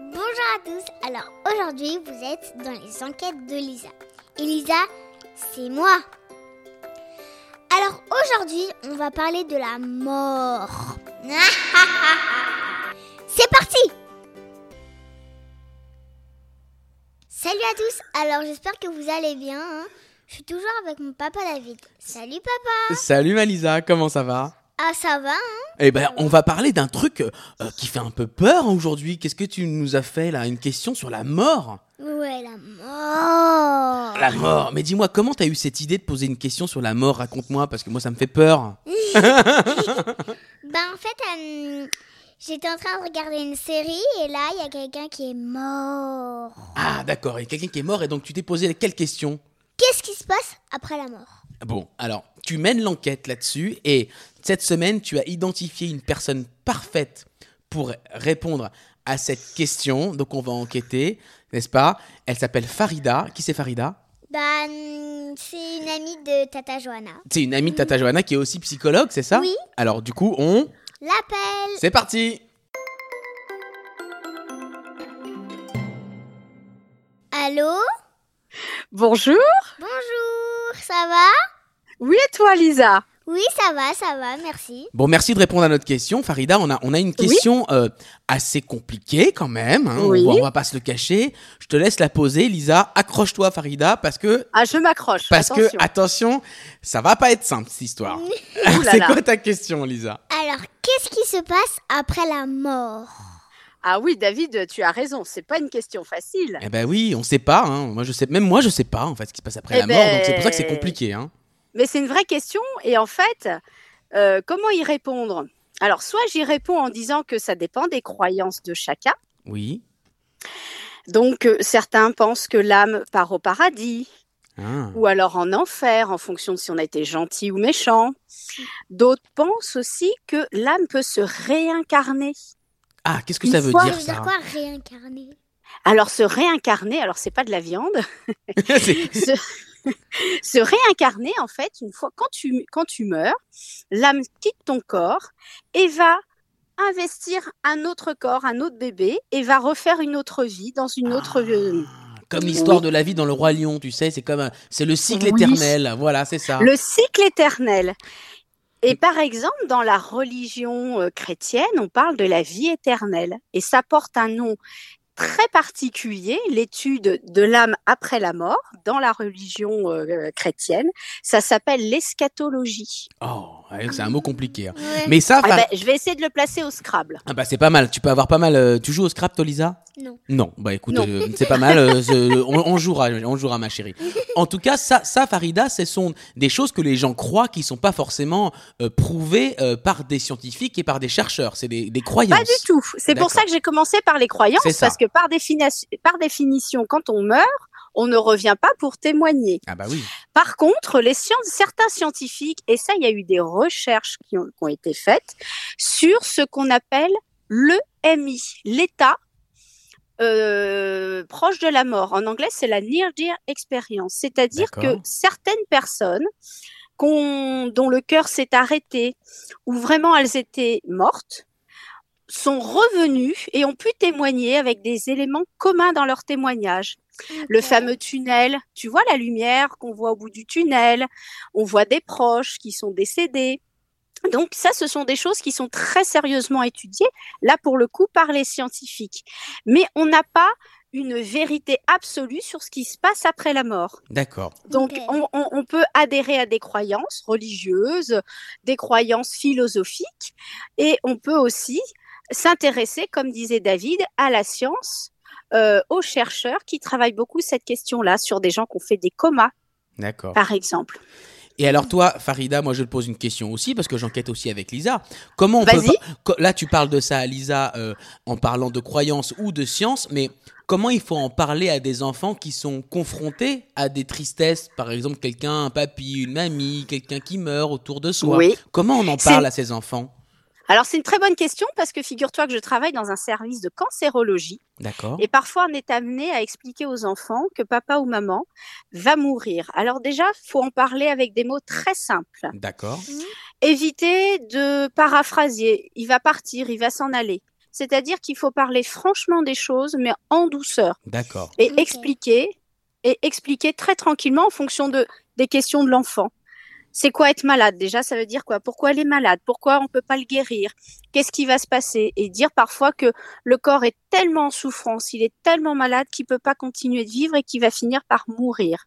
Bonjour à tous. Alors aujourd'hui, vous êtes dans les enquêtes de Lisa. Et Lisa, c'est moi. Alors aujourd'hui, on va parler de la mort. c'est parti Salut à tous. Alors j'espère que vous allez bien. hein. Je suis toujours avec mon papa David. Salut papa. Salut Malisa, comment ça va Ah ça va hein Eh ben, on va parler d'un truc euh, euh, qui fait un peu peur hein, aujourd'hui. Qu'est-ce que tu nous as fait là Une question sur la mort Ouais, la mort. La mort Mais dis-moi, comment t'as eu cette idée de poser une question sur la mort Raconte-moi, parce que moi ça me fait peur. Ben en fait, euh, j'étais en train de regarder une série et là, il y a quelqu'un qui est mort. Ah, d'accord, il y a quelqu'un qui est mort et donc tu t'es posé quelle question Qu'est-ce qui se passe après la mort Bon, alors, tu mènes l'enquête là-dessus et cette semaine, tu as identifié une personne parfaite pour répondre à cette question. Donc, on va enquêter, n'est-ce pas Elle s'appelle Farida. Qui c'est Farida Ben, hum, c'est une amie de Tata Johanna. C'est une amie de Tata Johanna qui est aussi psychologue, c'est ça Oui. Alors du coup, on... L'appel C'est parti Allô Bonjour. Bonjour, ça va Oui, et toi, Lisa Oui, ça va, ça va, merci. Bon, merci de répondre à notre question, Farida. On a, on a une question euh, assez compliquée quand même. hein. Oui. On, va, on va pas se le cacher. Je te laisse la poser, Lisa. Accroche-toi, Farida, parce que... Ah, je m'accroche. Parce attention. que, attention, ça va pas être simple, cette histoire. Ouh là c'est là. quoi ta question, Lisa Alors, qu'est-ce qui se passe après la mort Ah oui, David, tu as raison. C'est pas une question facile. Eh ben oui, on sait pas. hein. Moi, je sais... Même moi, je sais pas, en fait, ce qui se passe après la Eh mort. ben- Donc, c'est pour ça que c'est compliqué. Hein. Mais c'est une vraie question. Et en fait, euh, comment y répondre Alors, soit j'y réponds en disant que ça dépend des croyances de chacun. Oui. Donc, euh, certains pensent que l'âme part au paradis Ah. ou alors en enfer en fonction de si on a été gentil ou méchant. D'autres pensent aussi que l'âme peut se réincarner. Ah, qu'est-ce que Une ça veut fois- Ça dire, veut dire ça quoi réincarner Alors, se réincarner, alors c'est pas de la viande. C'est- se, se réincarner en fait une fois quand tu quand tu meurs, l'âme quitte ton corps et va investir un autre corps, un autre bébé et va refaire une autre vie dans une autre euh, Ah, Comme l'histoire Oui. de la vie dans le roi lion, tu sais, c'est comme un- c'est le cycle Oui. éternel, voilà, c'est ça. le cycle éternel. Et par exemple, dans la religion euh, chrétienne, on parle de la vie éternelle et ça porte un nom très particulier, l'étude de l'âme après la mort dans la religion euh, chrétienne, ça s'appelle l'eschatologie. Oh, ouais, c'est un mot compliqué. hein. Ouais. Mais ça, Ah Far- bah, je vais essayer de le placer au Scrabble. ah bah, c'est pas mal. Tu peux avoir pas mal. euh, Tu joues au scrap, toi, Lisa Non. Non, bah écoute, Non. euh, c'est pas mal. euh, ce- on, on jouera, on jouera, ma chérie. En tout cas, ça, ça, Farida, ce sont des choses que les gens croient qui sont pas forcément euh, prouvées euh, par des scientifiques et par des chercheurs. C'est des, des croyances. Pas du tout. C'est D'accord. pour ça que j'ai commencé par les croyances, C'est ça. parce que par, défini- par définition, quand on meurt, on ne revient pas pour témoigner. Ah bah oui. Par contre, les sciences, certains scientifiques, et ça, il y a eu des recherches qui ont, qui ont été faites sur ce qu'on appelle le MI, l'état euh, proche de la mort. En anglais, c'est la near death experience, c'est-à-dire que D'accord. certaines personnes qu'on- dont le cœur s'est arrêté ou vraiment elles étaient mortes sont revenues et ont pu témoigner avec des éléments communs dans leur témoignage le Ok. fameux tunnel. Tu vois la lumière qu'on voit au bout du tunnel, on voit des proches qui sont décédés. Donc ça, ce sont des choses qui sont très sérieusement étudiées, là pour le coup, par les scientifiques. Mais on n'a pas une vérité absolue sur ce qui se passe après la mort. D'accord. Donc, Ok. on, on- on peut adhérer à des croyances religieuses, des croyances philosophiques, et on peut aussi s'intéresser, comme disait David, à la science, euh, aux chercheurs qui travaillent beaucoup cette question-là sur des gens qui ont fait des comas, D'accord. par exemple. Et alors toi, Farida, moi je te pose une question aussi parce que j'enquête aussi avec Lisa. Comment on peut Vas-y. pas- co- là tu parles de ça à Lisa euh, en parlant de croyances ou de science, mais comment il faut en parler à des enfants qui sont confrontés à des tristesses, par exemple quelqu'un, un papy, une mamie, quelqu'un qui meurt autour de soi. Comment on en C'est- parle à ces enfants Alors, c'est une très bonne question parce que figure-toi que je travaille dans un service de cancérologie. D'accord. Et parfois, on est amené à expliquer aux enfants que papa ou maman va mourir. Alors déjà, faut en parler avec des mots très simples. D'accord. éviter de paraphraser. Il va partir, il va s'en aller. C'est-à-dire qu'il faut parler franchement des choses, mais en douceur, D'accord. et Ok. expliquer, et expliquer très tranquillement en fonction de, des questions de l'enfant. C'est quoi être malade Déjà, ça veut dire quoi Pourquoi elle est malade Pourquoi on ne peut pas le guérir Qu'est-ce qui va se passer Et dire parfois que le corps est tellement en souffrance, il est tellement malade qu'il peut pas continuer de vivre et qu'il va finir par mourir.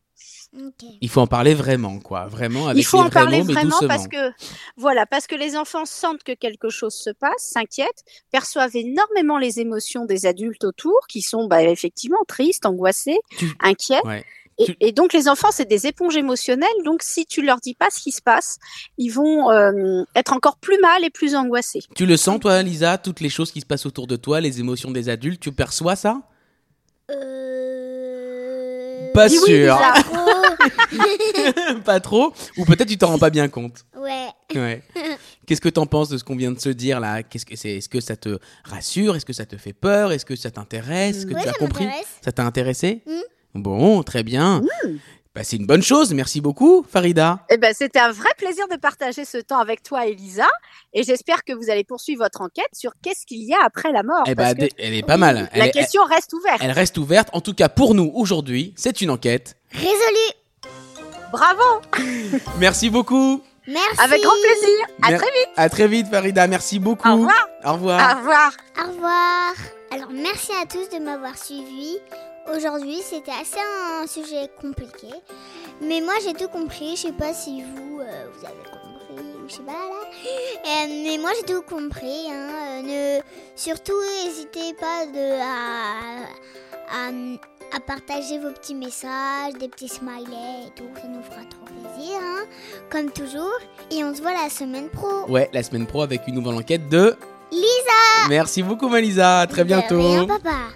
Ok. Il faut en parler vraiment, quoi. Vraiment, avec Il faut les en vrais parler mots, Ah, mais vraiment doucement. parce que voilà, parce que les enfants sentent que quelque chose se passe, s'inquiètent, perçoivent énormément les émotions des adultes autour, qui sont bah, effectivement tristes, angoissés, Tu- inquiets. Ouais. Et, Tu- et donc les enfants, c'est des éponges émotionnelles. Donc si tu leur dis pas ce qui se passe, ils vont euh, être encore plus mal et plus angoissés. Tu le sens, toi, Lisa, toutes les choses qui se passent autour de toi, les émotions des adultes, tu perçois ça Euh... Pas Dis oui, sûr. Lisa. pas trop Ou peut-être tu t'en rends pas bien compte. ouais. Ouais. Qu'est-ce que t'en penses de ce qu'on vient de se dire là Qu'est-ce que c'est Est-ce que ça te rassure Est-ce que ça te fait peur Est-ce que ça t'intéresse Est-ce que Ouais, tu as ça compris m'intéresse. Ça t'a intéressé Mm. Bon, très bien. Bah, c'est une bonne chose. Merci beaucoup, Farida. Eh ben, c'était un vrai plaisir de partager ce temps avec toi, Elisa. Et j'espère que vous allez poursuivre votre enquête sur qu'est-ce qu'il y a après la mort. Eh parce bah, que dé- elle est pas mal. Elle, la est- question reste ouverte. elle reste ouverte. En tout cas, pour nous, aujourd'hui, c'est une enquête. Résolu. Bravo Merci beaucoup. Merci. Avec grand plaisir. À Mer- très vite. À très vite, Farida. Merci beaucoup. Au revoir. Au revoir. Au revoir. Au revoir. Alors, merci à tous de m'avoir suivi. Aujourd'hui, c'était assez un sujet compliqué. Mais moi, j'ai tout compris. Je sais pas si vous, euh, vous avez compris ou je sais pas là. Euh, mais moi, j'ai tout compris. hein. Euh, ne... Surtout, n'hésitez pas de, à, à- à partager vos petits messages, des petits smileys et tout. Ça nous fera trop plaisir. hein. Comme toujours. Et on se voit la semaine pro. Ouais, la semaine pro avec une nouvelle enquête de Lisa Merci beaucoup, Malisa. À très De rien, bientôt. papa.